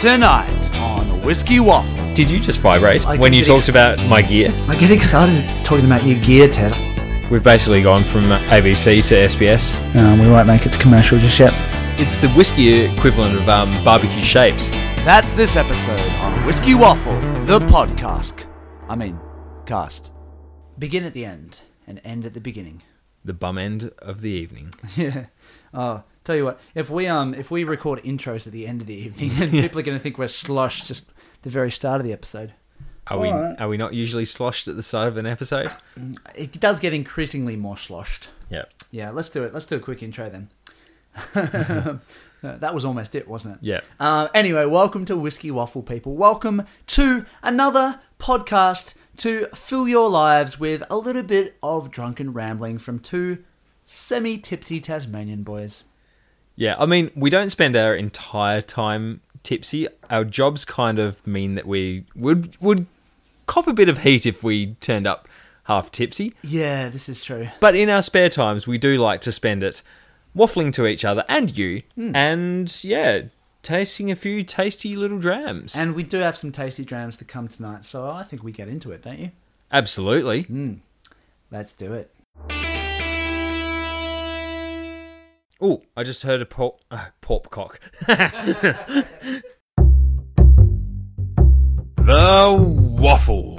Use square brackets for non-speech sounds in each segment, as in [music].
tonight on Whiskey Waffle. Did you just vibrate I when can you get ex- talked about my gear? I get excited talking about your gear, Ted. We've basically gone from ABC to SBS. Um, we won't make it commercial just yet. It's the whiskey equivalent of um, barbecue shapes. That's this episode on Whiskey Waffle, the podcast. I mean, cast. Begin at the end and end at the beginning. [laughs] The bum end of the evening. Yeah. Oh, tell you what, if we um if we record intros at the end of [laughs] the evening, then people are going to think we're sloshed just the very start of the episode. Are we? Alright. Are we not usually sloshed at the start of an episode? It does get increasingly more sloshed. Yeah. Yeah, let's do it. Let's do a quick intro then. that was almost it, wasn't it? Yeah. Uh, anyway, welcome to Whiskey Waffle, people. Welcome to another podcast to fill your lives with a little bit of drunken rambling from two semi tipsy Tasmanian boys. Yeah. I mean, we don't spend our entire time tipsy. Our jobs kind of mean that we would would cop a bit of heat if we turned up half tipsy. Yeah, this is true. But in our spare times, we do like to spend it waffling to each other and you, Hmm. and yeah, tasting a few tasty little drams. And we do have some tasty drams to come tonight, so I think we get into it, don't you? Absolutely. Hmm. Let's do it. Oh, I just heard a pop, uh, [laughs] popcock. The Waffle.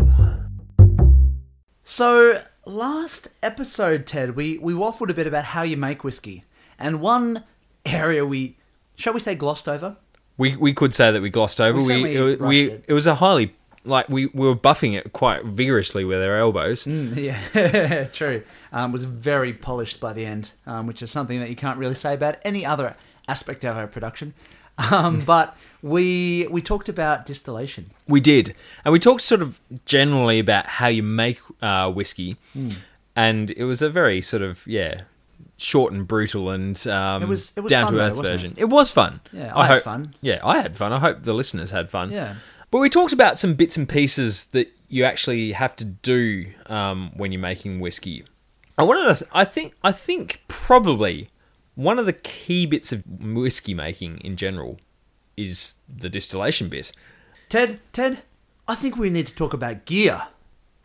So last episode, Ted, we we waffled a bit about how you make whiskey, and one area we shall we say glossed over. We we could say that we glossed over. We We certainly it, we rushed it. it. was a highly like we, we were buffing it quite vigorously with our elbows. Mm, Yeah, [laughs] true. Um, was very polished by the end, um, which is something that you can't really say about any other aspect of our production. [laughs] Um, but we we talked about distillation. We did, and we talked sort of generally about how you make uh, whiskey, Hmm. and it was a very sort of yeah short and brutal and um, It was- it was down fun to though, earth wasn't version. It? was fun. Yeah, I had hope- fun. Yeah, I had fun. I hope the listeners had fun. Yeah. but we talked about some bits and pieces that you actually have to do um, when you're making whiskey. I wanted to. Th- I think. I think probably one of the key bits of whiskey making in general is the distillation bit. Ted, Ted, I think we need to talk about gear.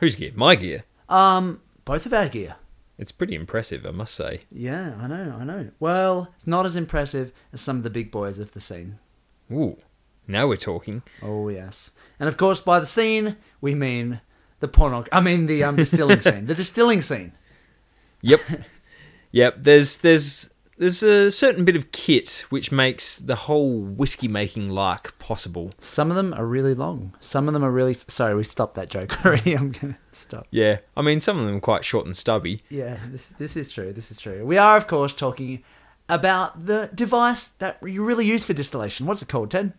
Whose gear? My gear. Um, both of our gear. It's pretty impressive, I must say. Yeah, I know, I know. Well, it's not as impressive as some of the big boys of the scene. Ooh, now we're talking. Oh yes, and of course by the scene we mean the porno. I mean the um, distilling scene. The distilling scene. [laughs] Yep, yep. There's there's there's a certain bit of kit which makes the whole whiskey making lark possible. Some of them are really long. Some of them are really. Sorry, we stopped that joke [laughs] already. I'm gonna stop. Yeah, I mean some of them are quite short and stubby. Yeah, this this is true. This is true. We are of course talking about the device that you really use for distillation. What's it called, Ted?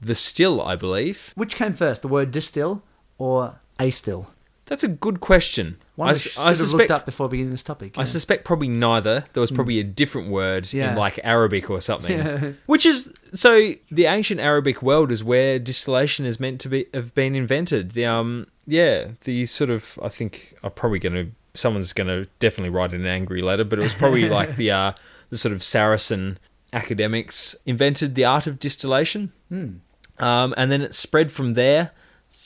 The still, I believe. Which came first, the word distill or a still? That's a good question. One I, I, s- should I have suspect. looked up before beginning this topic. I yeah. suspect probably neither. There was probably a different word Yeah. in like Arabic or something, which is so the ancient Arabic world is where distillation is meant to be have been invented. The um yeah the sort of I think I'm probably going to someone's going to definitely write an angry letter, but it was probably like the uh the sort of Saracen academics invented the art of distillation, um, and then it spread from there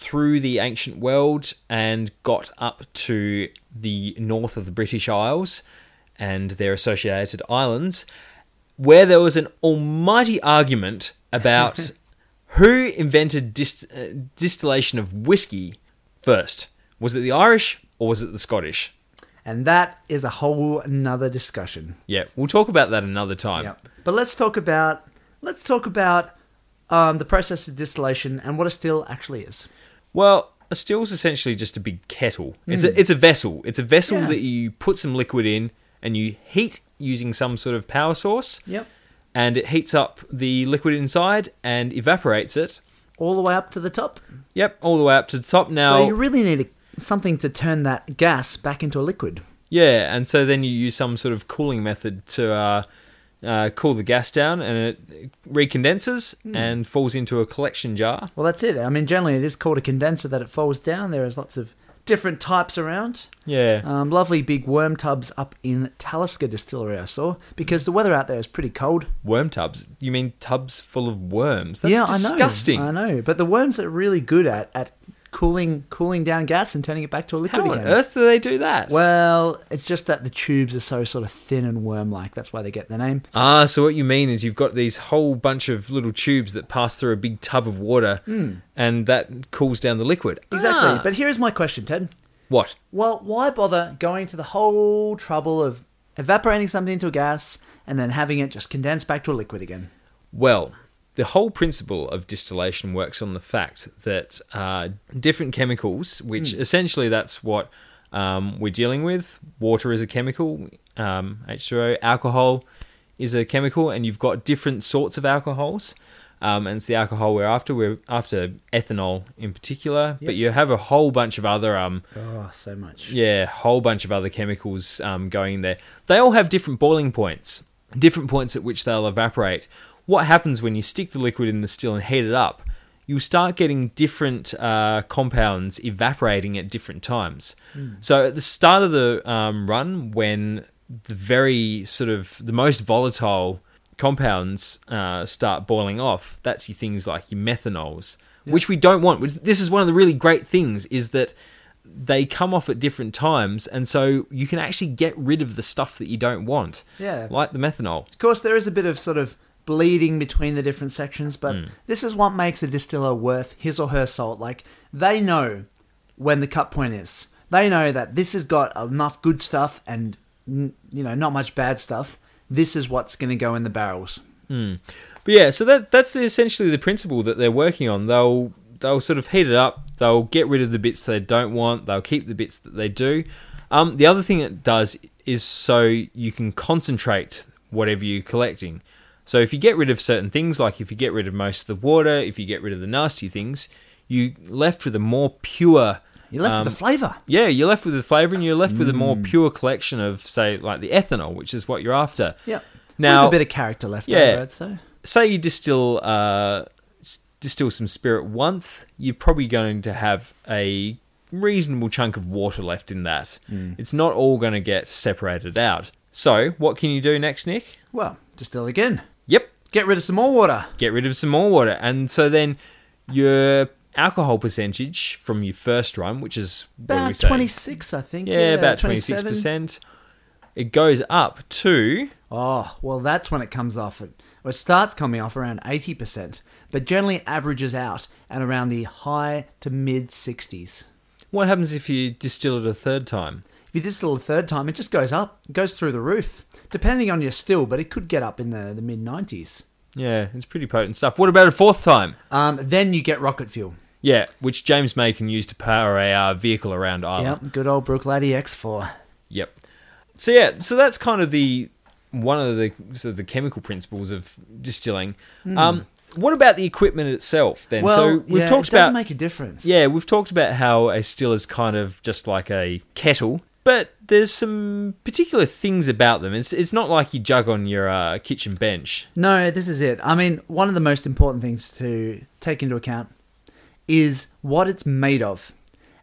through the ancient world and got up to the north of the British Isles and their associated islands, where there was an almighty argument about who invented dist- uh, distillation of whiskey first. Was it the Irish or was it the Scottish? and that is a whole another discussion. Yeah, we'll talk about that another time. Yeah. But let's talk about let's talk about um, the process of distillation and what a still actually is. Well, a still's essentially just a big kettle. It's a it's a vessel. It's a vessel Hmm. Yeah. that you put some liquid in and you heat using some sort of power source. Yep. And it heats up the liquid inside and evaporates it. All the way up to the top. Yep, all the way up to the top now. so you really need a, something to turn that gas back into a liquid. yeah, and so then you use some sort of cooling method to uh, uh, cool the gas down, and it recondenses Hmm. and falls into a collection jar. Well, that's it. I mean, generally it is called a condenser that it falls down. There is lots of different types around. Yeah. Um, lovely big worm tubs up in Talisker Distillery, I saw, because the weather out there is pretty cold. worm tubs. You mean tubs full of worms? That's yeah, disgusting. I know. I know, but the worms are really good at, at cooling cooling down gas and turning it back to a liquid How on again. earth do they do that? Well, it's just that the tubes are so sort of thin and worm-like. That's why they get their name. Ah, so what you mean is you've got these whole bunch of little tubes that pass through a big tub of water and that cools down the liquid. Hmm. Exactly. Ah. But here is my question, Ted. what? Well, why bother going to the whole trouble of evaporating something into a gas and then having it just condense back to a liquid again? Well, the whole principle of distillation works on the fact that uh, different chemicals, which essentially that's what um, we're dealing with. Water is a chemical, um, H2O, alcohol is a chemical, and you've got different sorts of alcohols. Um, and it's the alcohol we're after. We're after ethanol in particular, but you have a whole bunch of other um, Oh, so much. yeah, whole bunch of other chemicals um, going in there. They all have different boiling points, different points at which they'll evaporate. What happens when you stick the liquid in the still and heat it up? You'll start getting different uh, compounds evaporating at different times. So at the start of the um, run, when the very sort of the most volatile compounds uh, start boiling off, that's your things like your methanols, which we don't want. Which- This is one of the really great things is that they come off at different times, and so you can actually get rid of the stuff that you don't want. Yeah. like the methanol. Of course, there is a bit of sort of bleeding between the different sections, but Hmm. this is what makes a distiller worth his or her salt. Like, they know when the cut point is. They know that this has got enough good stuff and, n- you know, not much bad stuff. This is what's going to go in the barrels. Hmm. But yeah, so that that's the, essentially the principle that they're working on. They'll they'll sort of heat it up. They'll get rid of the bits they don't want. They'll keep the bits that they do. Um, the other thing it does is so you can concentrate whatever you're collecting. So if you get rid of certain things, like if you get rid of most of the water, if you get rid of the nasty things, you left with a more pure. You're left um, with the flavour. Yeah, you're left with the flavour and you're left with a more pure collection of, say, like the ethanol, which is what you're after. Yeah. Now, with a bit of character left yeah. over, I'd say. say you distill uh, s- distill some spirit once, you're probably going to have a reasonable chunk of water left in that. It's not all going to get separated out. So, what can you do next, Nick? Well, distill again. Yep, Get rid of some more water. get rid of some more water. And so then your alcohol percentage from your first run, which is what do we About say? 26, I think. uh, yeah, about 27. 26%. It goes up to Oh, well, that's when it comes off. It, or it starts coming off around 80%, but generally averages out at around the high to mid 60s. what happens if you distill it a third time? If you distill a third time, it just goes up, it goes through the roof, depending on your still, but it could get up in the, the mid 90s. Yeah, it's pretty potent stuff. What about a fourth time? Um, then you get rocket fuel. Yeah, which James May can use to power a uh, vehicle around Ireland. Yep, good old Brook Laddie X4. Yep. So yeah, so that's kind of the one of the sort of the chemical principles of distilling. Um, what about the equipment itself then? so we've Hmm. yeah, talked it does about make a difference. yeah, we've talked about how a still is kind of just like a kettle, but there's some particular things about them. It's it's not like you jug on your uh, kitchen bench. No, this is it. I mean, one of the most important things to take into account is what it's made of.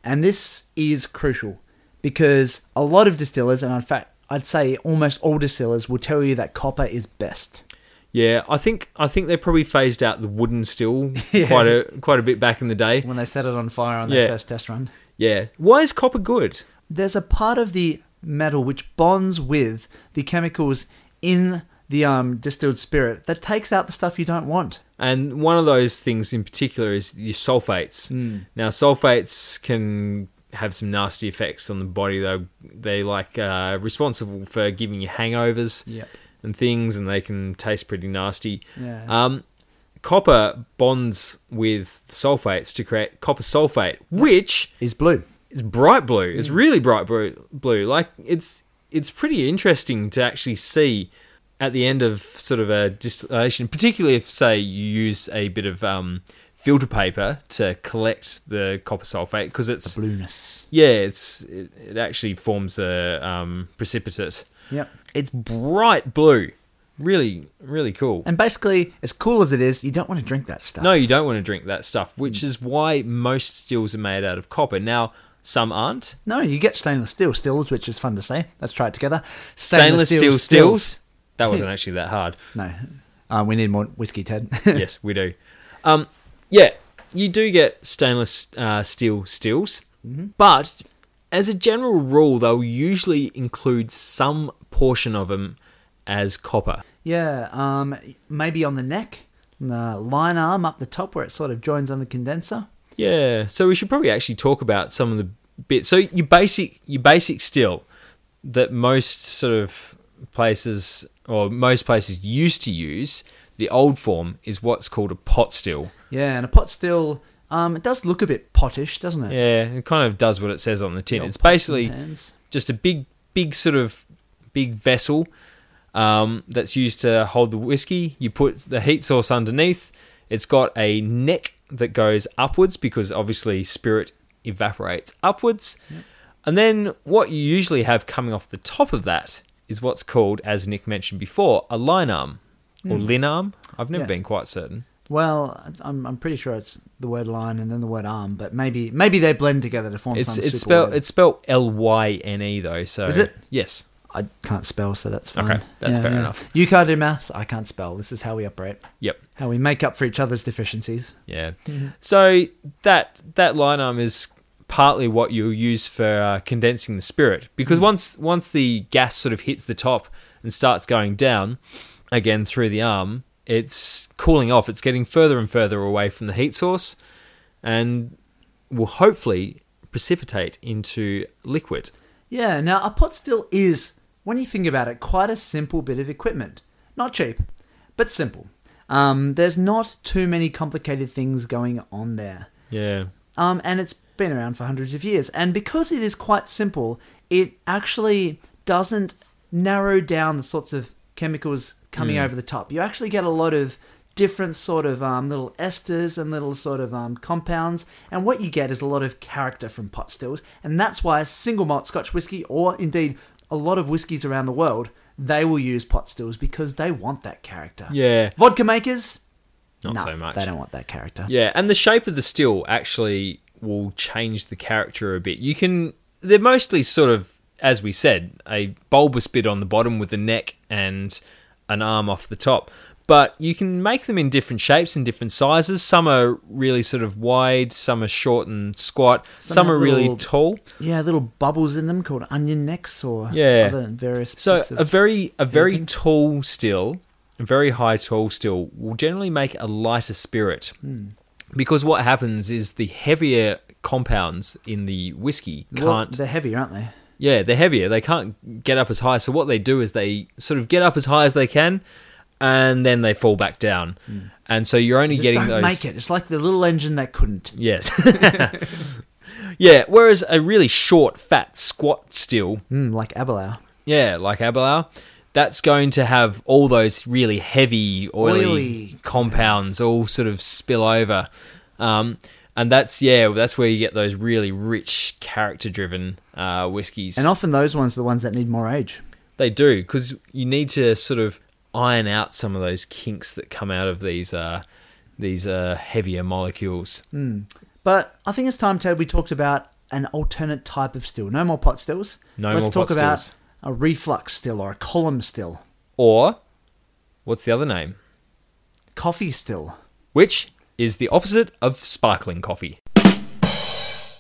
And this is crucial because a lot of distillers, and in fact, I'd say almost all distillers, will tell you that copper is best. Yeah, I think I think they probably phased out the wooden still quite a quite a bit back in the day. When they set it on fire on their their Yeah. first first test run, Yeah. Why is copper good? there's a part of the metal which bonds with the chemicals in the um, distilled spirit that takes out the stuff you don't want. And one of those things in particular is your sulfates. Mm. Now, sulfates can have some nasty effects on the body. Though they like uh, responsible for giving you hangovers Yep. and things, and they can taste pretty nasty. Yeah. Um, copper bonds with sulfates to create copper sulfate, which Is blue. it's bright blue. It's really bright blue. Blue, like it's it's pretty interesting to actually see at the end of sort of a distillation, particularly if say you use a bit of um, filter paper to collect the copper sulfate because it's Blueness. yeah, it's it, it actually forms a um, precipitate. Yep. It's bright blue, really really cool. And basically, as cool as it is, you don't want to drink that stuff. No, you don't want to drink that stuff, which is why most stills are made out of copper. Now, some aren't. No, you get stainless steel stills, which is fun to say. Let's try it together. Stainless, steel, stills. [laughs] That wasn't actually that hard. No, uh, we need more whiskey, Ted. [laughs] yes, we do. Um, yeah, you do get stainless uh, steel stills, but as a general rule, they'll usually include some portion of them as copper. yeah, um, maybe on the neck, and the line arm up the top where it sort of joins on the condenser. Yeah, so we should probably actually talk about some of the bits. So your basic, your basic still that most sort of places or most places used to use the old form is what's called a pot still. Yeah, and a pot still. Um, it does look a bit pottish, doesn't it? Yeah, it kind of does what it says on the tin. Little It's pots in basically hands. just a big, big sort of big vessel um, that's used to hold the whiskey. You put the heat source underneath. It's got a neck that goes upwards because obviously spirit evaporates upwards. And then what you usually have coming off the top of that is what's called, as Nick mentioned before, a line arm or lin arm. I've never Mm. Yeah. been quite certain. Well, I'm, I'm pretty sure it's the word line and then the word arm, but maybe maybe they blend together to form It's some it's super spelled word. it's spelled L Y N E though. So Is it? Yes. I can't spell, so that's fine. Okay, that's fair enough. You can't do maths. I can't spell. This is how we operate. Yep. How we make up for each other's deficiencies. Yeah. So that that line arm is partly what you'll use for uh, condensing the spirit because once once the gas sort of hits the top and starts going down again through the arm, it's cooling off. It's getting further and further away from the heat source, and will hopefully precipitate into liquid. Yeah. Now a pot still is, when you think about it, quite a simple bit of equipment. Not cheap, but simple. Um, there's not too many complicated things going on there. Yeah. um, and it's been around for hundreds of years. And because it is quite simple, it actually doesn't narrow down the sorts of chemicals Hmm. coming over the top. You actually get a lot of different sort of um, little esters and little sort of um, compounds, and what you get is a lot of character from pot stills, and that's why single malt Scotch whiskey, or indeed a lot of whiskies around the world, they will use pot stills because they want that character. Yeah. Vodka makers, Not no, so much. They don't want that character. Yeah, and the shape of the still actually will change the character a bit. You can they're mostly sort of as we said, a bulbous bit on the bottom with a neck and an arm off the top. But you can make them in different shapes and different sizes. Some are really sort of wide, some are short and squat, some, have are really little- tall. Yeah, little bubbles in them called onion necks or Yeah. other various. So bits of- a very a very anything? tall still, a very high tall still will generally make a lighter spirit. Hmm. Because what happens is the heavier compounds in the whiskey Well, can't they're heavy, aren't they? yeah, they're heavier. They can't get up as high. So what they do is they sort of get up as high as they can and then they fall back down. And so you're only Hmm. Just getting don't those make it. It's like the little engine that couldn't. Yes. [laughs] yeah, whereas a really short, fat, squat still Mm, like Abelow. Yeah, like Abelow. That's going to have all those really heavy, oily, Oily. compounds all sort of spill over. Um, and that's, yeah, that's where you get those really rich, character driven uh, whiskies. And often those ones are the ones that need more age. they do, because you need to sort of iron out some of those kinks that come out of these. Uh, these uh, heavier molecules. Hmm. But I think it's time, Ted, we talked about an alternate type of still. No more pot stills. No Let's more talk pot about stills. a reflux still or a column still, Or, what's the other name? coffee still. [laughs] Which is the opposite of sparkling coffee.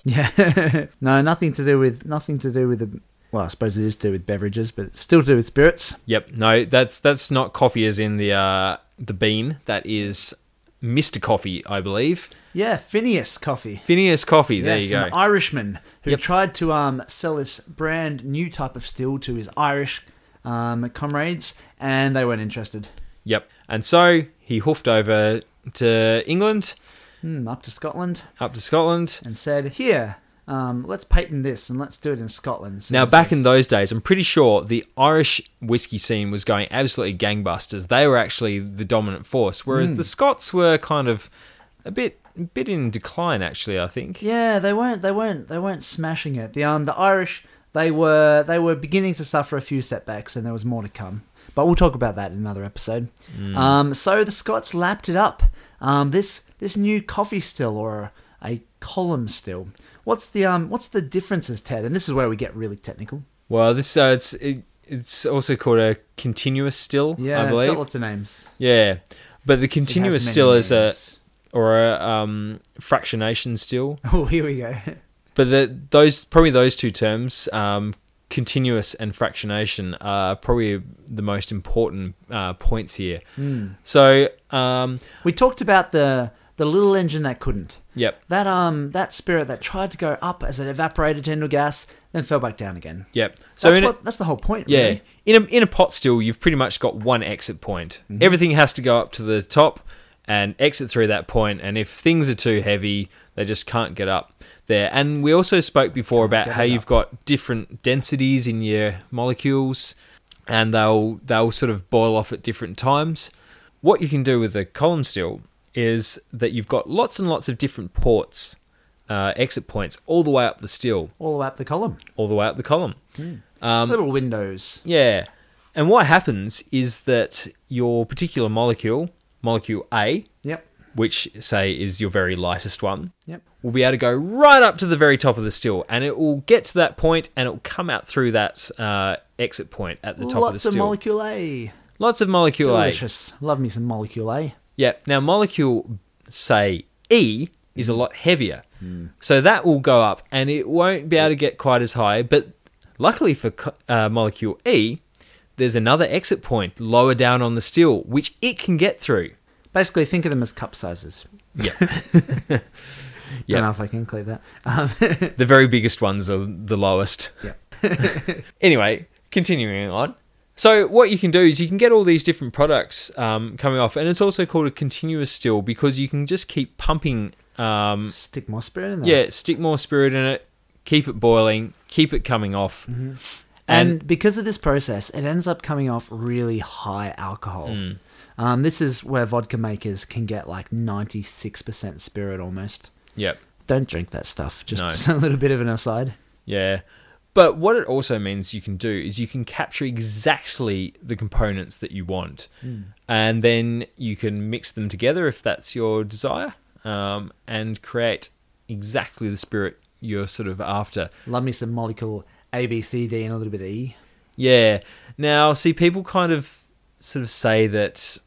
Yeah. no, nothing to do with nothing to do with the. Well, I suppose it is to do with beverages, but it's still to do with spirits. Yep. No, that's that's not coffee as in the uh, the bean. That is Mr. Coffee, I believe. Yeah, Phineas coffee. Phineas Coffee. There yes, you go. an Irishman who Yep. tried to um, sell this brand new type of steel to his Irish um, comrades, and they weren't interested. yep. And so he hoofed over to England, Hmm, up to Scotland up to Scotland. and said, "Here, um, let's patent this and let's do it in Scotland." So Now, it back says- in those days, I'm pretty sure the Irish whiskey scene was going absolutely gangbusters. They were actually the dominant force, whereas Hmm. the Scots were kind of a bit bit in decline. Actually, I think. yeah, they weren't, they weren't, they weren't smashing it. The um, the Irish, they were, they were beginning to suffer a few setbacks, and there was more to come. But we'll talk about that in another episode. Mm. Um, so the Scots lapped it up. Um, this this new coffee still or a column still. What's the um? What's the differences, Ted? And this is where we get really technical. Well, this uh, it's it, it's also called a continuous still. Yeah, I Uh, it's believe. got lots of names. yeah, It but the has many continuous still uh, is a names. [laughs] or a um, fractionation still. Oh, here we go. But the, those probably those two terms, um, continuous and fractionation, are probably the most important uh, points here. Hmm. So, um, We talked about the the little engine that couldn't. yep, That um that spirit that tried to go up as it evaporated to into gas, then fell back down again. yep. So So that's, in a- what, that's the whole point, yeah, really. in a in a pot still, you've pretty much got one exit point. Everything has to go up to the top and exit through that point. And if things are too heavy, they just can't get up there. And we also spoke before about how you've got different densities in your molecules, and they'll they'll sort of boil off at different times. What you can do with a column still is that you've got lots and lots of different ports, uh, exit points, all the way up the still, All the way up the column. all the way up the column. Um, little windows. Yeah. And what happens is that your particular molecule, molecule A, Yep. which say is your very lightest one, Yep. will be able to go right up to the very top of the still and it will get to that point and it will come out through that uh, exit point at the top of the Lots still. of, molecule A. Lots of molecule A. Delicious. Love me some molecule A. Yeah. Now, molecule, say, E is a lot heavier. So that will go up and it won't be able to get quite as high. But luckily for co- uh, molecule E, there's another exit point lower down on the steel, which it can get through. Basically, think of them as cup sizes. Yeah. Don't know yeah. if I can clear that. Um, The very biggest ones are the lowest. [laughs] yeah. anyway, continuing on. So what you can do is you can get all these different products um, coming off, and it's also called a continuous still because you can just keep pumping um, Stick more spirit in there. Yeah, stick more spirit in it, keep it boiling, keep it coming off. Mm-hmm. And, And because of this process, it ends up coming off really high alcohol. Hmm. Um, this is where vodka makers can get like 96% spirit almost. yep, Don't drink that stuff. Just, No. just [laughs] a little bit of an aside. yeah. But what it also means you can do is you can capture exactly the components that you want, Mm. and then you can mix them together if that's your desire, um, and create exactly the spirit you're sort of after. Love me some molecule A, B, C, D, and a little bit of E. Yeah. Now, see, people kind of sort of say that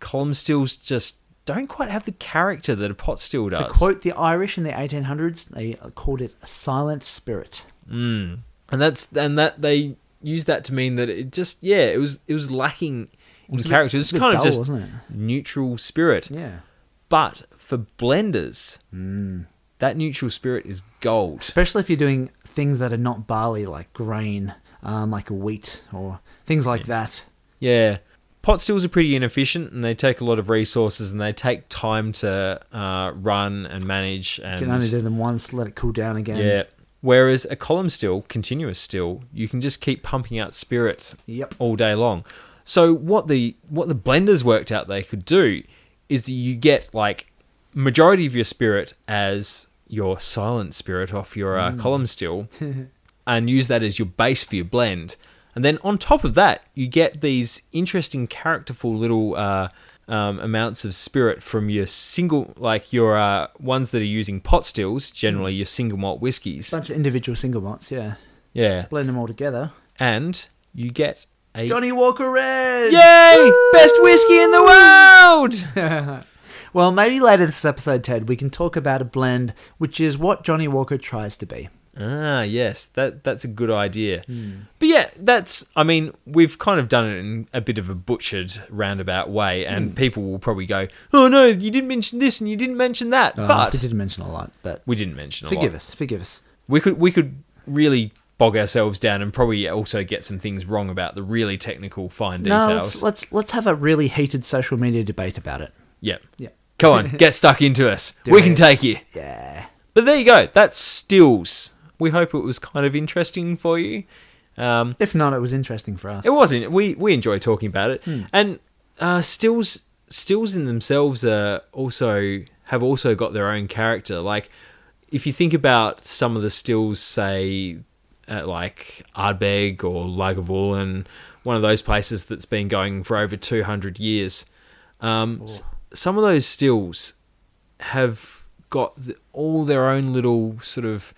column stills just don't quite have the character that a pot still does. To quote the Irish in the 1800s, they called it a silent spirit. and that's and that they used that to mean that it just yeah it was it was lacking in was a bit- character. It was a bit kind of dull, just wasn't it? neutral spirit. Yeah. But for blenders, Mm. that neutral spirit is gold. Especially if you're doing things that are not barley, like grain, um, like wheat, or things like that. Yeah, pot stills are pretty inefficient and they take a lot of resources and they take time to uh, run and manage and You can only do them once, let it cool down again. yeah. Whereas a column still, continuous still, you can just keep pumping out spirit Yep. all day long. So what the what the blenders worked out they could do is that you get like majority of your spirit as your silent spirit off your uh, column still, and use that as your base for your blend. And then on top of that, you get these interesting, characterful little uh, um, amounts of spirit from your single, like your uh, ones that are using pot stills, generally your single malt whiskies. bunch of individual single malts, yeah. Yeah, Blend them all together. and you get a Johnny Walker Red! Yay! Best whiskey in the world! Well, maybe later this episode, Ted, we can talk about a blend, which is what Johnny Walker tries to be. [laughs] ah, yes, that that's a good idea. But yeah, that's I mean, we've kind of done it in a bit of a butchered roundabout way, and people will probably go, Oh no, you didn't mention this and you didn't mention that. Uh, we but didn't mention a lot, but we didn't mention a lot. forgive us, forgive us. We could we could really bog ourselves down and probably also get some things wrong about the really technical fine details. No, let's, let's let's have a really heated social media debate about it. yeah. Yeah. Come [laughs] on, get stuck into us. we can it. take you. Yeah. But there you go. That's stills. We hope it was kind of interesting for you. Um, If not, it was interesting for us. it wasn't. We we enjoy talking about it, and uh, stills stills in themselves are also have also got their own character. Like if you think about some of the stills, say at like Ardbeg or Lagavulin, one of those places that's been going for over two hundred years. Um, s- some of those stills have got the, all their own little sort of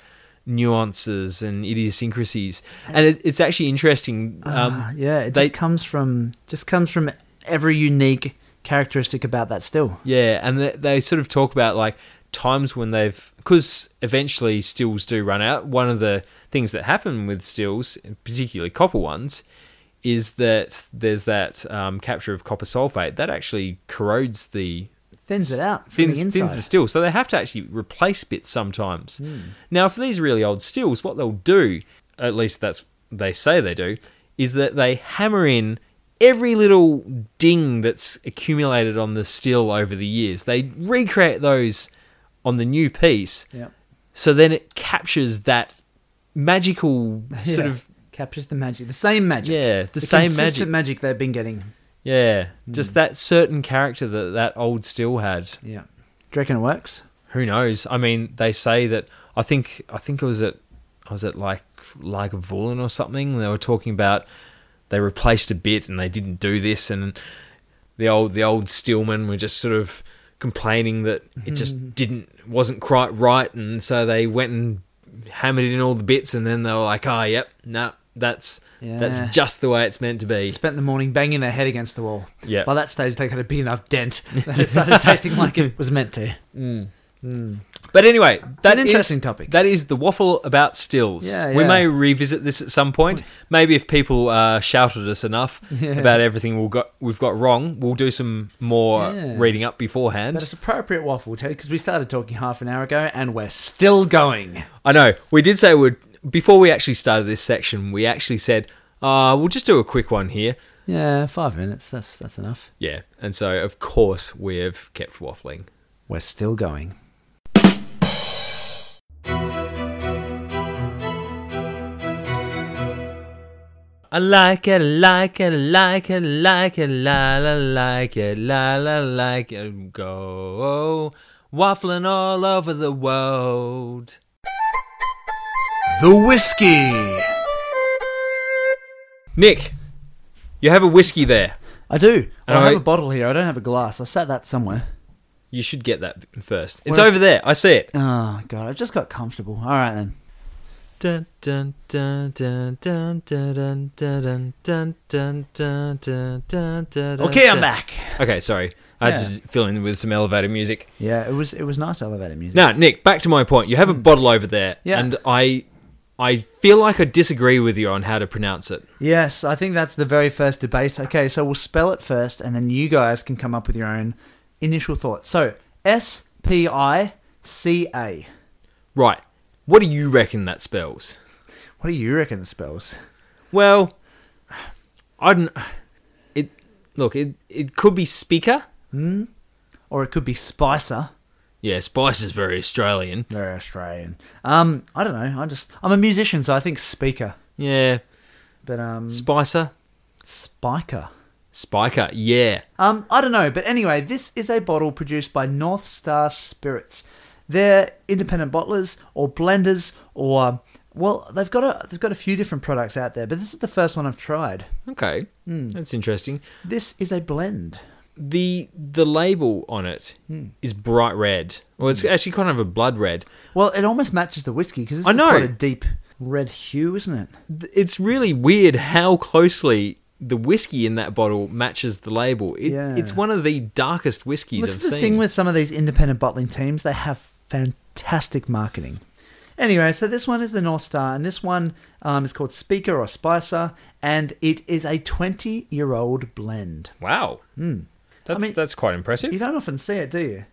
nuances and idiosyncrasies, and it, it's actually interesting. Um, Ah, yeah, it they- just comes from just comes from every unique characteristic about that still. Yeah, and they, they sort of talk about like times when they've because eventually stills do run out. One of the things that happen with stills, particularly copper ones, is that there's that um, capture of copper sulfate that actually corrodes the Thins it out from thins, the inside. Hmm. thins the steel. So they have to actually replace bits sometimes. Now, for these really old stills, what they'll do, at least that's they say they do, is that they hammer in every little ding that's accumulated on the steel over the years. They recreate those on the new piece. Yep. So then it captures that magical [laughs] sort Yeah. of captures the magic, the same magic. Yeah, the same consistent magic they've been getting. yeah, Hmm. just that certain character that that old steel had. Yeah, do you reckon it works? who knows? I mean, they say that I think I think it was at I was at like like Vulin or something. They were talking about they replaced a bit and they didn't do this, and the old the old Stillmen were just sort of complaining that it just didn't wasn't quite right, and so they went and hammered in all the bits, and then they were like, oh, yep, no, that's that's Yeah. just the way it's meant to be. Spent the morning banging their head against the wall. Yeah. By that stage, they had a big enough [laughs] dent that it started tasting like it was meant to. But anyway, that an is- interesting topic. That is the waffle about stills. Yeah, We yeah. may revisit this at some point. Maybe if people uh, shouted us enough [laughs] Yeah. about everything we've got, we've got wrong, we'll do some more Yeah. reading up beforehand. But it's appropriate waffle, Ted, because we started talking half an hour ago and we're still going. I know we did say we'd before we actually started this section. We actually said uh, we'll just do a quick one here. Yeah, five minutes. That's that's enough. Yeah, and so of course we've kept waffling. We're still going. I like it, like it, like it, like it, la la like it, la la like it, go waffling all over the world. The whiskey. Nick, you have a whiskey there. I do. And I I- have a bottle here. I don't have a glass. I sat that somewhere. You should get that first. It's Where's- over there. I see it. Oh god, I've just got comfortable. All right then. Dun dun dun dun dun dun dun dun dun dun dun dun dun dun. Okay, I'm back. Okay, sorry. I had Yeah. to fill in with some elevator music. Yeah, it was it was nice elevator music. Now, Nick, back to my point. You have a bottle over there, Yeah. and I, I feel like I disagree with you on how to pronounce it. Yes, I think that's the very first debate. Okay, so we'll spell it first, and then you guys can come up with your own initial thoughts. So S P I C A. Right. What do you reckon that spells? What do you reckon the spells? Well, I don't. It look it it could be speaker. Hmm? Or it could be Spicer. Yeah, spice is very Australian. Very Australian. Um, I don't know. I just I'm a musician, so I think speaker. Yeah, But um, spicer, spiker. Hmm. spiker. Yeah, Um, I don't know, but anyway, this is a bottle produced by North Star Spirits. They're independent bottlers or blenders or well, they've got a they've got a few different products out there, but this is the first one I've tried. okay, that's interesting. This is a blend. the The label on it is bright red. Well, it's actually kind of a blood red. Well, it almost matches the whiskey because this I is know. quite a deep red hue, isn't it? th- it's really weird how closely the whiskey in that bottle matches the label. It, Yeah. It's one of the darkest whiskeys This I've is the seen. thing with some of these independent bottling teams; they have fantastic marketing. Anyway, so this one is the North Star, and this one um, is called Speaker or Spicer, and it is a twenty-year-old blend. wow, that's Hmm. mean- um, that's quite impressive. You Do don't often see it, do you?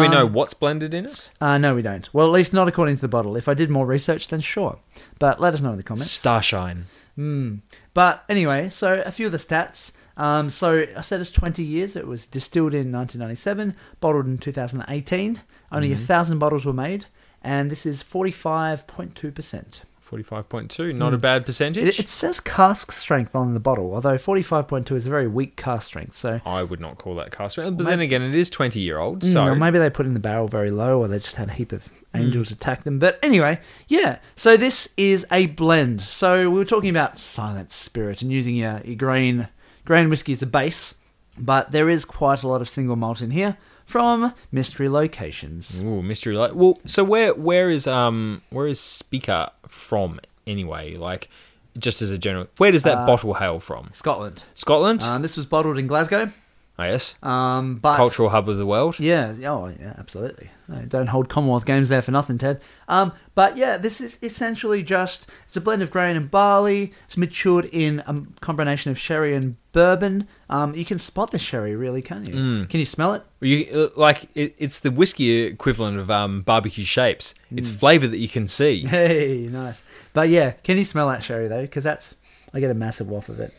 we know what's blended in it? Uh, no, we don't. Well, at least not according to the bottle. If I did more research, then sure. But let us know in the comments. Starshine. Hmm. But anyway, so a few of the stats. Um, so I said it's 20 years. It was distilled in 1997, bottled in 2018. Only a thousand bottles were made, and this is 45.2 percent. Forty-five point two, not a bad percentage. Hmm. It, it says cask strength on the bottle, although 45.2 is a very weak cask strength. So I would not call that cast strength, but then again, it is twenty-year-old. Mm, So or maybe they put in the barrel very low, or they just had a heap of angels attack them. But anyway, yeah. So this is a blend. So we were talking about silent spirit and using your, your grain grain whiskey as a base, but there is quite a lot of single malt in here. from mystery locations. Ooh, mystery like well, so where where is um where is Speaker from anyway? Like, just as a general, where does Uh, that bottle hail from? Scotland. Scotland. Um, this was bottled in Glasgow. I guess Um, but cultural hub of the world. Yeah, yeah, oh, yeah, absolutely. No, don't hold Commonwealth Games there for nothing, Ted. Um, but yeah, this is essentially just it's a blend of grain and barley. It's matured in a combination of sherry and bourbon. Um, you can spot the sherry, really, can you? Can you smell it? [laughs] You uh, like it, it's the whiskey equivalent of um barbecue shapes. It's Mm. flavour that you can [laughs] see. Hey, nice. But yeah, can you smell that sherry though? Because that's I get a massive waff of it.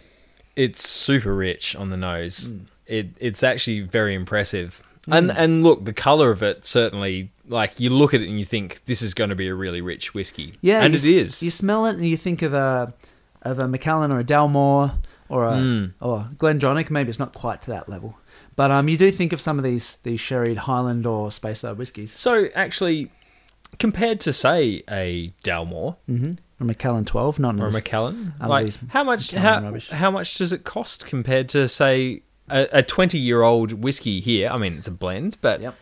it's super rich on the nose. Mm. It it's actually very impressive. And and look, the color of it certainly like you look at it and you think this is going to be a really rich whiskey. Yeah, and you it s- is. You smell it and you think of a of a Macallan or a Dalmore or a Hmm. or Glendronic. Maybe it's not quite to that level, but um, you do think of some of these these sherried Highland or Space Side whiskies. So actually, compared to say a Dalmore Mm-hmm. A Macallan Twelve, not or a another- Macallan, I love like these how much Macallan how, rubbish. how much does it cost compared to say a, a twenty year old whiskey here? I mean, it's a blend, but Yep.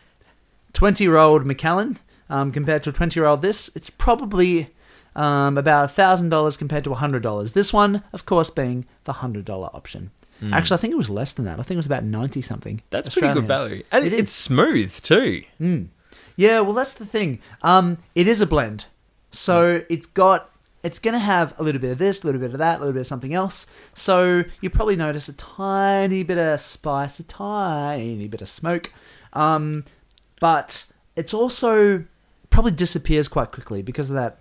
twenty year old Macallan um, compared to a twenty year old this. It's probably um, about thousand dollars compared to hundred dollars. This one, of course, being the hundred dollar option. Actually, I think it was less than that. I think it was about ninety something. Hmm. that's Australian. pretty good value, and It is. Hmm. it's smooth too. Yeah, well, that's the thing. Um, it is a blend, so it's got it's going to have a little bit of this, a little bit of that, a little bit of something else. So you probably notice a tiny bit of spice, a tiny bit of smoke, um, but it's also probably disappears quite quickly because of that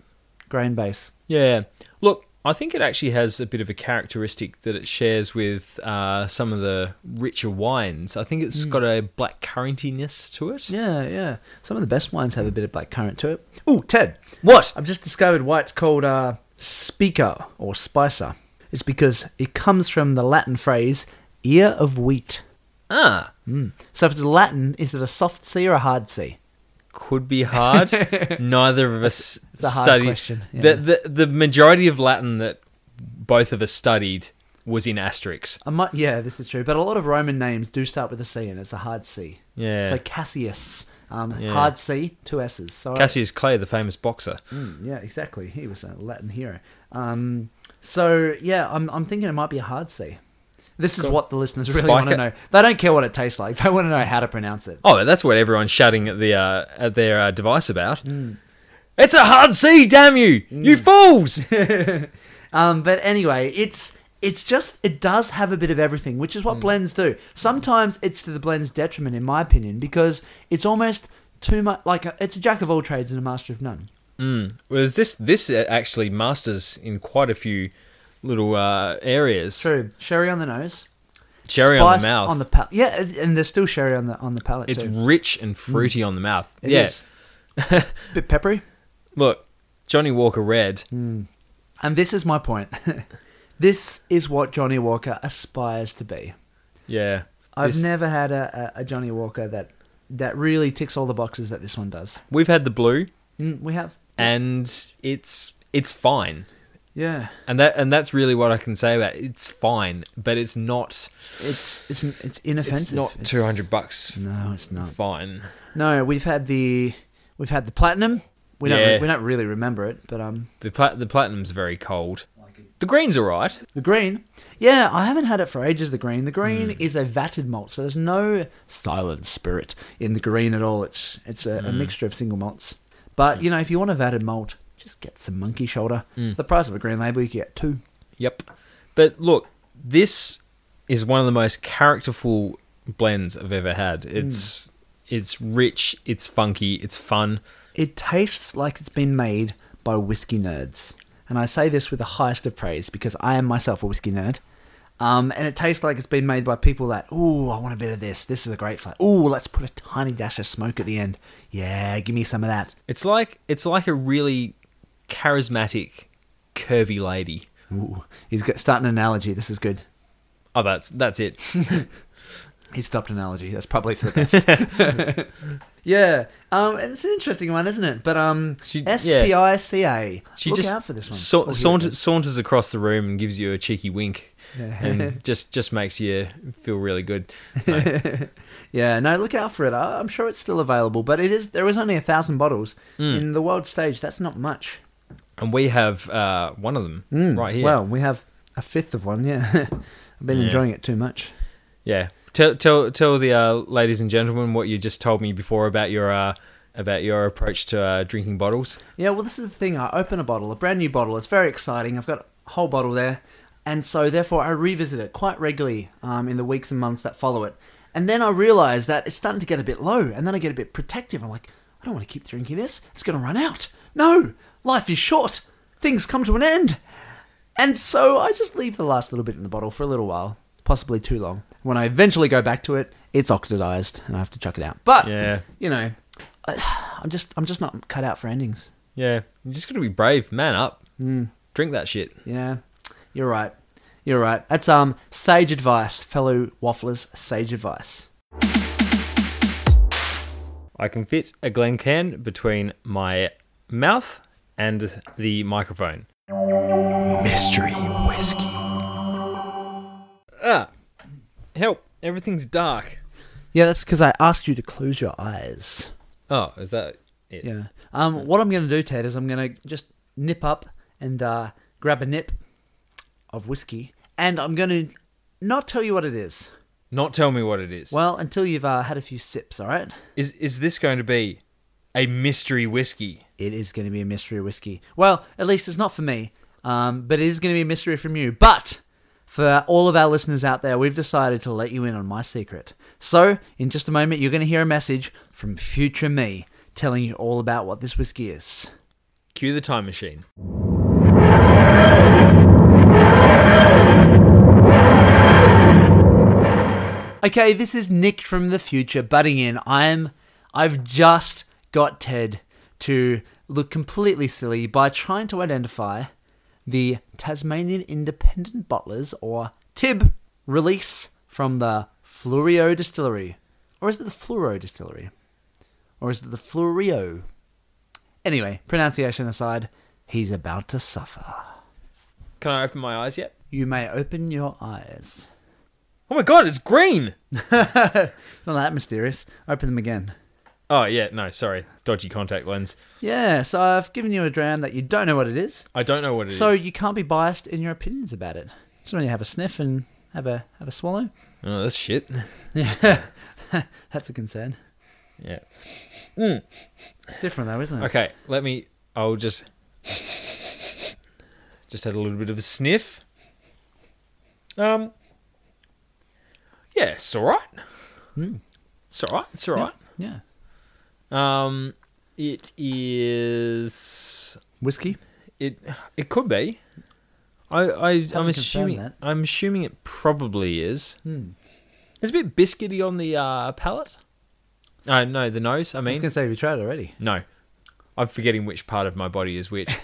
grain base. Yeah. Look, I think it actually has a bit of a characteristic that it shares with uh, some of the richer wines. I think it's got a black currantiness to it. Hmm. Yeah, yeah. Some of the best wines have a bit of black currant to it. Ooh, Ted, What? I've just discovered why it's called uh, speaker or spicer. It's because it comes from the Latin phrase ear of wheat. Ah, So if it's Latin, is it a soft C or a hard C? could [laughs] be hard. Neither of us It's a hard studied. question, yeah. The, the the majority of Latin that both of us studied was in asterisks. I might, yeah, this is true. But a lot of Roman names do start with a C and it's a hard C. Yeah. So Cassius, um, Yeah. hard C, two S's. So I- Cassius Clay, the famous boxer. Mm, yeah, exactly. He was a Latin hero. Um, so yeah, I'm I'm thinking it might be a hard C. This is what the listeners really Spike want to it. know. They don't care what it tastes like. They want to know how to pronounce it. Oh, that's what everyone's shouting at the uh, at their uh, device about. Mm. It's a hard C, damn you, [laughs] you fools! Um, but anyway, it's it's just it does have a bit of everything, which is what Hmm. blends do. Sometimes it's to the blend's detriment, in my opinion, because it's almost too much. Like a, it's a jack of all trades and a master of none. Well, is this this uh, actually masters in quite a few little uh, areas. True, sherry on the nose, Cherry on spice the mouth. on the palate. Yeah, and there's still sherry on the on the palate. it's too. rich and fruity on the mouth. Mm. It yeah. is. [laughs] bit peppery. Look, Johnny Walker Red. Mm. And this is my point. [laughs] this is what Johnny Walker aspires to be. Yeah. I've This- never had a, a, a Johnny Walker that that really ticks all the boxes that this one does. We've had the blue Mm, we have, and it's it's fine. yeah. And that and that's really what I can say about it. It's fine, but it's not It's it's it's inoffensive. it's not 200 bucks. No, it's not. Fine. No, we've had the we've had the platinum. We don't Yeah. we don't really remember it, but um The plat- the platinum's very cold. The green's all right. the green. Yeah, I haven't had it for ages. The green. The green Hmm. is a vatted malt, so there's no silent spirit in the green at all. It's it's a, a Hmm. mixture of single malts. But you know, if you want a vatted malt, just get some monkey shoulder. Hmm. For the price of a green label, you can get two. Yep. But look, this is one of the most characterful blends I've ever had. Hmm. It's it's rich, it's funky, it's fun. It tastes like it's been made by whiskey nerds. And I say this with the highest of praise because I am myself a whiskey nerd. Um, and it tastes like it's been made by people that, ooh, I want a bit of this. This is a great flavor. Ooh, let's put a tiny dash of smoke at the end. Yeah, give me some of that. It's like it's like a really charismatic curvy lady. Ooh, he's got, starting an analogy. This is good. Oh, that's that's it. He stopped analogy. That's probably for the best. [laughs] yeah, um, and it's an interesting one, isn't it? But um, She- yeah. SPICA. She Look just out for this one. sau- Oh, here it saunter- is. saunters across the room and [laughs] gives you a cheeky wink, and just just makes you feel really good. No. [laughs] Yeah, no, look out for it. I- I'm sure it's still available, but it is. There is only a thousand bottles Hmm. in the world stage. That's not much. and we have uh, one of them right here. Hmm. Well, we have a fifth of one. Yeah, [laughs] I've been Yeah. enjoying it too much. yeah. Tell tell tell the uh, ladies and gentlemen what you just told me before about your uh, about your approach to uh, drinking bottles. Yeah, well, this is the thing. I open a bottle, a brand new bottle. It's very exciting. I've got a whole bottle there. And so, therefore, I revisit it quite regularly um, in the weeks and months that follow it. And then I realize that it's starting to get a bit low. And then I get a bit protective. I'm like, I don't want to keep drinking this. It's going to run out. No, life is short. Things come to an end. And so I just leave the last little bit in the bottle for a little while, possibly too long. When I eventually go back to it, it's oxidized and I have to chuck it out. But, Yeah. you know, [sighs] I, I'm just I'm just not cut out for endings. Yeah, you just got to be brave, man up. Mm. Drink that shit. Yeah, you're right. You're right. That's um sage advice, fellow wafflers. Sage advice. I can fit a Glencairn between my mouth and the microphone. Mystery whiskey. Ah, help! Everything's dark. Yeah, that's because I asked you to close your eyes. Oh, is that it? Yeah. Um, what I'm gonna do, Ted, is I'm gonna just nip up and uh, grab a nip of whiskey, and I'm gonna not tell you what it is. Not tell me what it is. Well, until you've uh, had a few sips. All right. Is is this going to be a mystery whiskey? It is going to be a mystery whiskey. Well, at least it's not for me, um, but it is going to be a mystery from you. But for all of our listeners out there, we've decided to let you in on my secret. So, in just a moment, you're going to hear a message from future me telling you all about what this whiskey is. Cue the time machine. Okay, this is Nick from the future butting in. I'm I've just got Ted to look completely silly by trying to identify the Tasmanian Independent Bottlers or TIB release from the Fluorio Distillery. Or is it the Fluoro Distillery? Or is it the Fluorio? Anyway, pronunciation aside, he's about to suffer. Can I open my eyes yet? You may open your eyes. [laughs] Oh my god, it's green! It's not that mysterious. Open them again. Oh yeah, no, sorry, dodgy contact lens. Yeah, so I've given you a dram that you don't know what it is, I don't know what it is. so you can't be biased in your opinions about it. So when you have a sniff and have a have a [laughs] swallow, oh, that's shit. yeah, that's a concern. Yeah. It's different though, isn't it? Okay, let me. I'll just just had a little bit of a sniff. Um. Yeah, it's all right. Hmm. It's all right. It's all right. Yeah, Um, it is. whiskey. It it could be. I I I'm confirm assuming that. Hmm. I'm assuming it probably is. It's a bit biscuity on the uh, palate. Uh, no, the nose. I I mean, was gonna say we tried it already. no, I'm forgetting which part of my body [laughs] is which.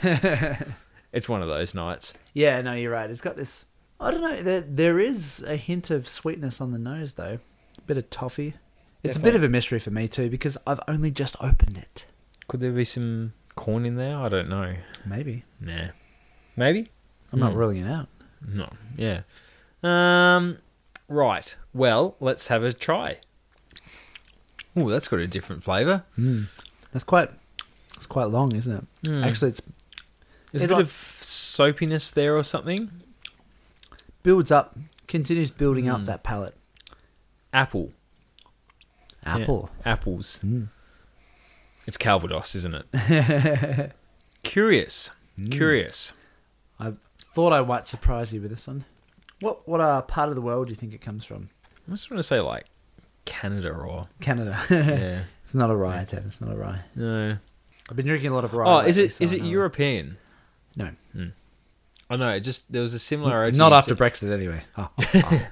it's one of those nights. Yeah, no, you're right. It's got this. I don't know. There, there is a hint of sweetness on the nose though, bit of toffee. It's a bit of a mystery for me too because I've only just opened it. Could there be some corn in there? I don't know. Maybe Nah. Maybe. I'm not ruling it out. No. Yeah. Um. Right. Well, let's have a try. Oh, that's got a different flavour. Hmm. That's quite. It's quite long, isn't it? Actually, it's It There's a bit like- of soapiness there or something. builds up, continues building Hmm. up that palate. Apple. Yeah, Apple. Hmm. apples. It's Calvados, isn't it? [laughs] Curious. Hmm. Curious. I thought I might surprise you with this one. What what uh, part of the world do you think it comes from? I just want to say like Canada [laughs] or Canada. yeah. it's not a rye, Ted. It's not a rye. No. I've been drinking a lot of rye. Oh, is lately, it so is I it know. European? No, [laughs] I know. Oh, It just there was a similarity. not to- after Brexit anyway. Oh, [laughs]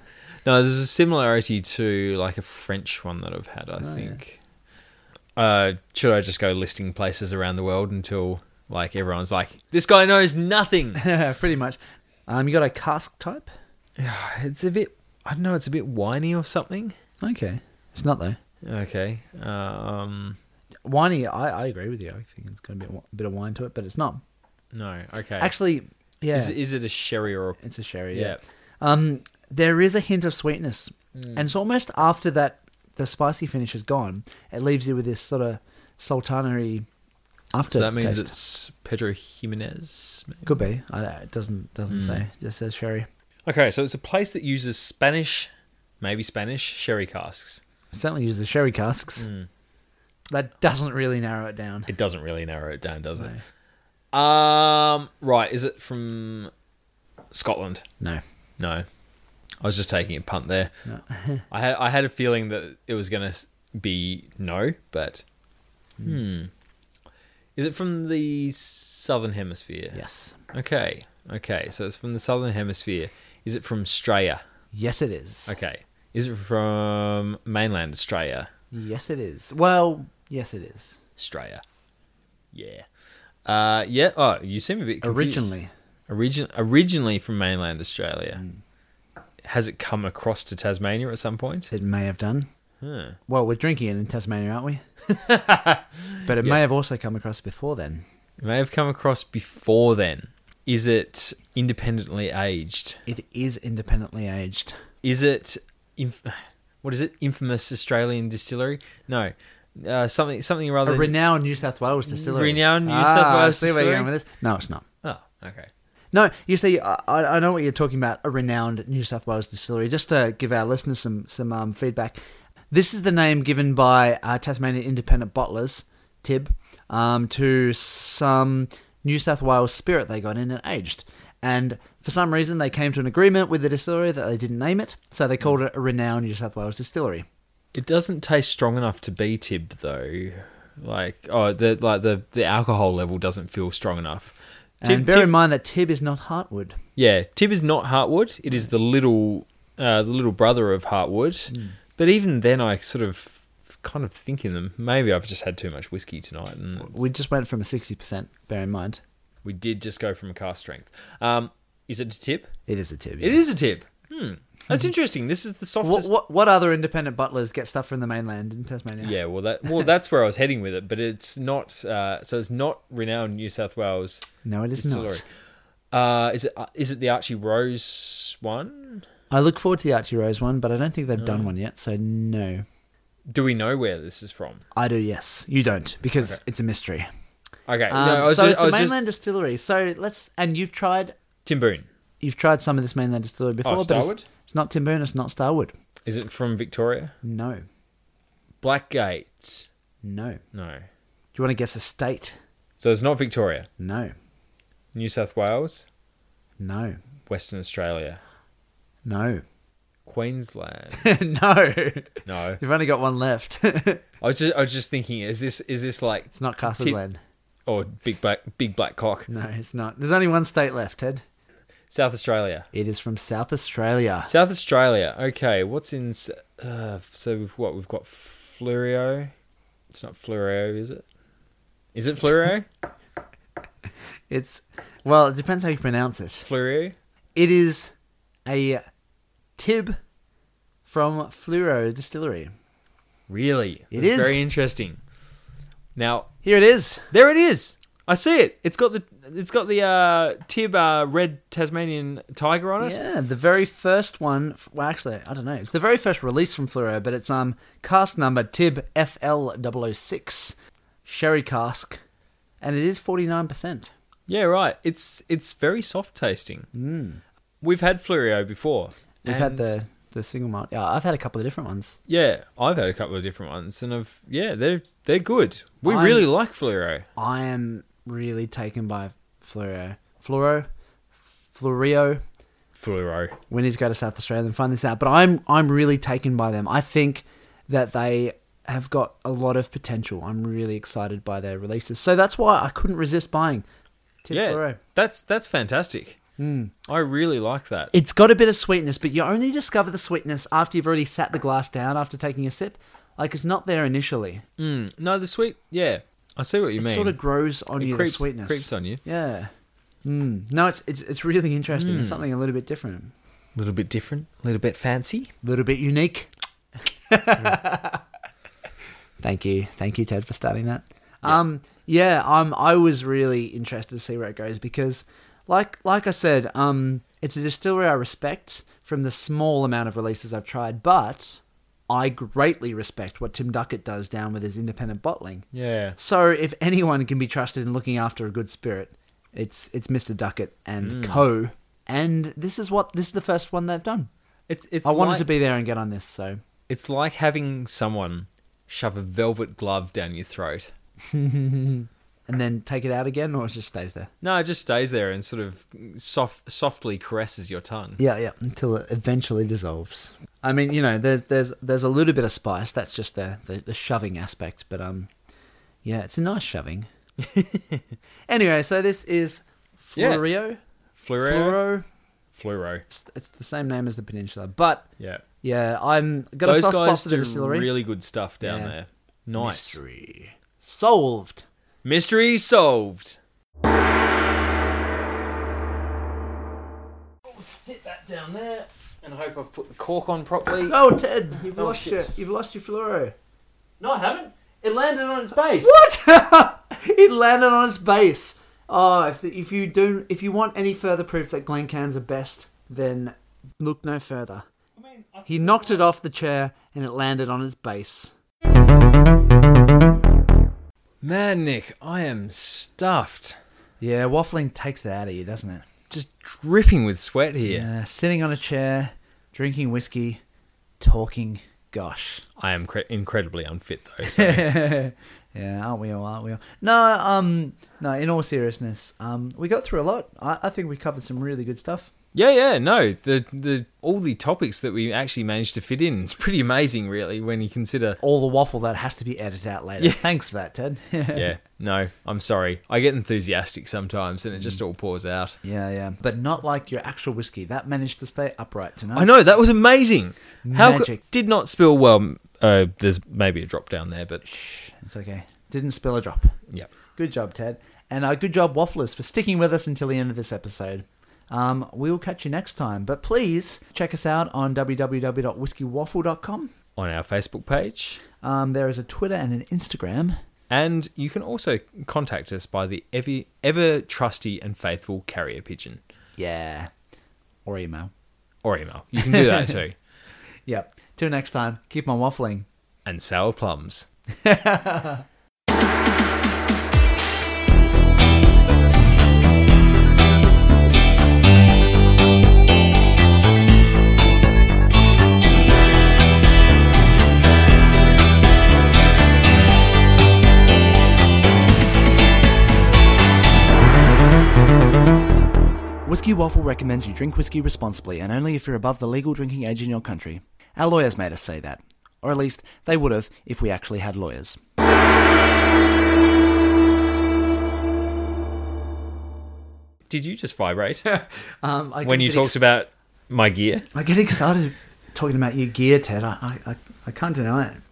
No, there's a similarity to like a French one that I've had. I think. Uh, should I just go listing places around the world until like everyone's like, this guy knows nothing? pretty much. Um, you got a cask type? Yeah, [sighs] it's a bit. I don't know. It's a bit whiny or something. Okay, it's not though. Okay. Um. Winey, I, I agree with you. I think it's going to be a wi- bit of wine to it, but it's not. No. Okay. Actually, yeah, is, is it a sherry or a? it's a sherry. Yeah. Mm. yeah. Um, there is a hint of sweetness, and it's almost after that the spicy finish is gone, it leaves you with this sort of sultanary after. So that means it's Pedro Jimenez. maybe? could be. I don't, it doesn't doesn't Mm. say. It just says sherry. Okay, so it's a place that uses Spanish, maybe Spanish sherry casks. It certainly uses the sherry casks. That doesn't really narrow it down. Mm. It doesn't really narrow it down, does it? Um, right. Is it from Scotland? No. No, I was just taking a punt there. [laughs] I had I had a feeling that it was gonna s- be no, but hmm, is it from the southern hemisphere? Yes. Okay. Okay. So it's from the southern hemisphere. Is it from Australia? Yes, it is. Okay. Is it from mainland Australia? Yes, it is. Well, yes, it is. Australia. Yeah. Uh, yeah. Oh, you seem a bit confused. Originally. Origin- originally from mainland Australia. Has it come across to Tasmania at some point? It may have done. Huh. Well, we're drinking it in Tasmania, aren't [laughs] we? but it may Yes. have also come across before then. It may have come across before then. Is it independently aged? It is independently aged. Is it, inf- [sighs] what is it? Infamous Australian distillery? No, uh, something something A rather. renowned New South Wales distillery. Renowned New Ah, South I Wales see where you're distillery. going with this. No, it's not. oh, okay. No, you see, I, I I know what you're talking about. A renowned New South Wales distillery. Just to give our listeners some some um, feedback, this is the name given by uh, Tasmanian independent bottlers Tib um, to some New South Wales spirit they got in and aged. And for some reason, they came to an agreement with the distillery that they didn't name it, so they called it a renowned New South Wales distillery. It doesn't taste strong enough to be tib though. Like oh the like the, the alcohol level doesn't feel strong enough. Tib, and bear tib, in mind that Tib is not Heartwood. yeah, tib is not heartwood. It is the little uh, the little brother of heartwood. Hmm. But even then, I sort of kind of think in them. Maybe I've just had too much whiskey tonight, and We just went from a sixty percent. Bear in mind, we did just go from a car strength. Um, is it a tip? it is a Tib. It is a tip. Hmm. That's interesting. This is the What, softest. what what other independent butlers get stuff from the mainland in Tasmania? [laughs] Yeah, well, that well, that's where I was heading with it, but it's not. Uh, so it's not renowned New South Wales. No, it is distillery. not. Uh, is it uh, is it the Archie Rose one? I look forward to the Archie Rose one, but I don't think they've done Mm. one yet, so no. Do we know where this is from? I do, yes. You don't, because Okay. it's a mystery. Okay, Um, no, I was so just, it's I was a just- mainland distillery. So let's and you've tried Timboon. you've tried some of this mainland distillery before, but Oh, Starwood? it's, it's not Timboon, it's not Starwood. Is it from Victoria? No. Blackgate. No. Do No, you want to guess a state? so it's not Victoria. No. New South Wales, No. Western Australia, No. [laughs] Queensland. no. [laughs] No, You've only got one left. [laughs] it's I was just I was just thinking, is this is this like not Castle Ti- Glen. or big black big black cock? No, it's not. There's only one state left, Ted. South Australia. It is from South Australia. South Australia. Okay, what's in? S- Uh, so we've what we've got Flurio. It's not Flurio, is it? Is it Flurio? [laughs] It's well, it depends how you pronounce it. Flurio. It is a tib from Fluoro Distillery. Really? It That's is. very interesting. Now Here it is. there it is. I see it. It's got the it's got the uh, Tib uh, red Tasmanian tiger on it. Yeah, the very first one. f- Well, actually, I don't know. It's the very first release from Fluoro, but it's um cast number Tib FL006 sherry cask, and it is forty nine percent. Yeah, right. It's it's very soft tasting. Mm. We've had Flurio before. We've had and- the the single malt. Yeah, I've had a couple of different ones. yeah. I've had a couple of different ones, and I've yeah they're they're good. We I'm- really like Fluoro. I am really taken by Fluoro. Fluoro, Fluorio. Fluoro. we need to go to South Australia and find this out. But I'm I'm really taken by them. I think that they have got a lot of potential. I'm really excited by their releases. So that's why I couldn't resist buying Tip yeah, Fluoro. Hmm. that's that's fantastic. I really like that. It's got a bit of sweetness, but you only discover the sweetness after you've already sat the glass down after taking a sip. Like it's not there initially. Mm, no, the sweet. Yeah, I see what you It mean. sort of grows on It you creeps, the sweetness. creeps on you. Yeah. Mm. No, it's it's it's really interesting. It's something a little bit different. A little bit different, a little bit fancy. little bit unique. [laughs] Thank you. Thank you, Ted, for starting that. Um, yeah, um, I was really interested to see where it goes because, like, like I said, um, it's a distillery I respect from the small amount of releases I've tried, but I greatly respect what Tim Duckett does down with his independent bottling. Yeah. So if anyone can be trusted in looking after a good spirit, it's it's Mr. Duckett and Co. And this is what this is the first one they've done. It's it's I wanted like, to be there and get on this, so It's like having someone shove a velvet glove down your throat. and then take it out again or it just stays there. No, it just stays there and sort of soft, softly caresses your tongue. Yeah, yeah, until it eventually dissolves. I mean, you know, there's there's there's a little bit of spice. That's just the the, the shoving aspect, but um, yeah, it's a nice shoving. [laughs] anyway, so this is Yeah. Florio. Fluoro, Fluoro. fluoro. It's, it's the same name as the peninsula, but Yeah, yeah, I'm got a those soft spot guys for the do distillery. really good stuff down Yeah. there. Nice mystery. Mystery solved. solved. Sit that down there, and I hope I've put the cork on properly. Oh, Ted, you've Oh, lost shit. your you've lost your Florio. No, I haven't. It landed on its base. What? [laughs] it landed on its base. Oh, if, if you do, if you want any further proof that Glen cans are best, then look no further. I mean, I- He knocked it off the chair and it landed on his base. Man, Nick, I am stuffed. Yeah, waffling takes that out of you, doesn't it? Just dripping with sweat here. Yeah, sitting on a chair, drinking whiskey, talking. Gosh. I am cre- incredibly unfit though. [laughs] So. [laughs] yeah, aren't we all? Aren't we all? No, um, no. In all seriousness, um, we got through a lot. I, I think we covered some really good stuff. yeah, yeah, no. The the all the topics that we actually managed to fit in. It's pretty amazing, really, when you consider. all the waffle that has to be edited out later. Yeah. Thanks for that, Ted. [laughs] Yeah, no, I'm sorry. I get enthusiastic sometimes, and it just all pours out. yeah, yeah. But not like your actual whiskey. That managed to stay upright tonight. I know that was amazing. How co- Magic. did not spill? Well, uh, there's maybe a drop down there, but Shh, it's okay. Didn't spill a drop. yeah. Good job, Ted. And uh, good job, Wafflers, for sticking with us until the end of this episode. Um, we will catch you next time. But please check us out on www.whiskeywaffle.com. On our Facebook page, Um, there is a Twitter and an Instagram. and you can also contact us by the ever ever trusty and faithful carrier pigeon Yeah. Or email. or email. You can do that too. Yep. Till next time, keep on waffling. And sour plums. Whiskey Waffle recommends you drink whiskey responsibly and only if you're above the legal drinking age in your country. Our lawyers made us say that. Or at least they would have if we actually had lawyers. Did you just [laughs] vibrate? Um, I when you talked about my gear. I get excited talking about your gear, Ted. I, I, I, I can't deny it.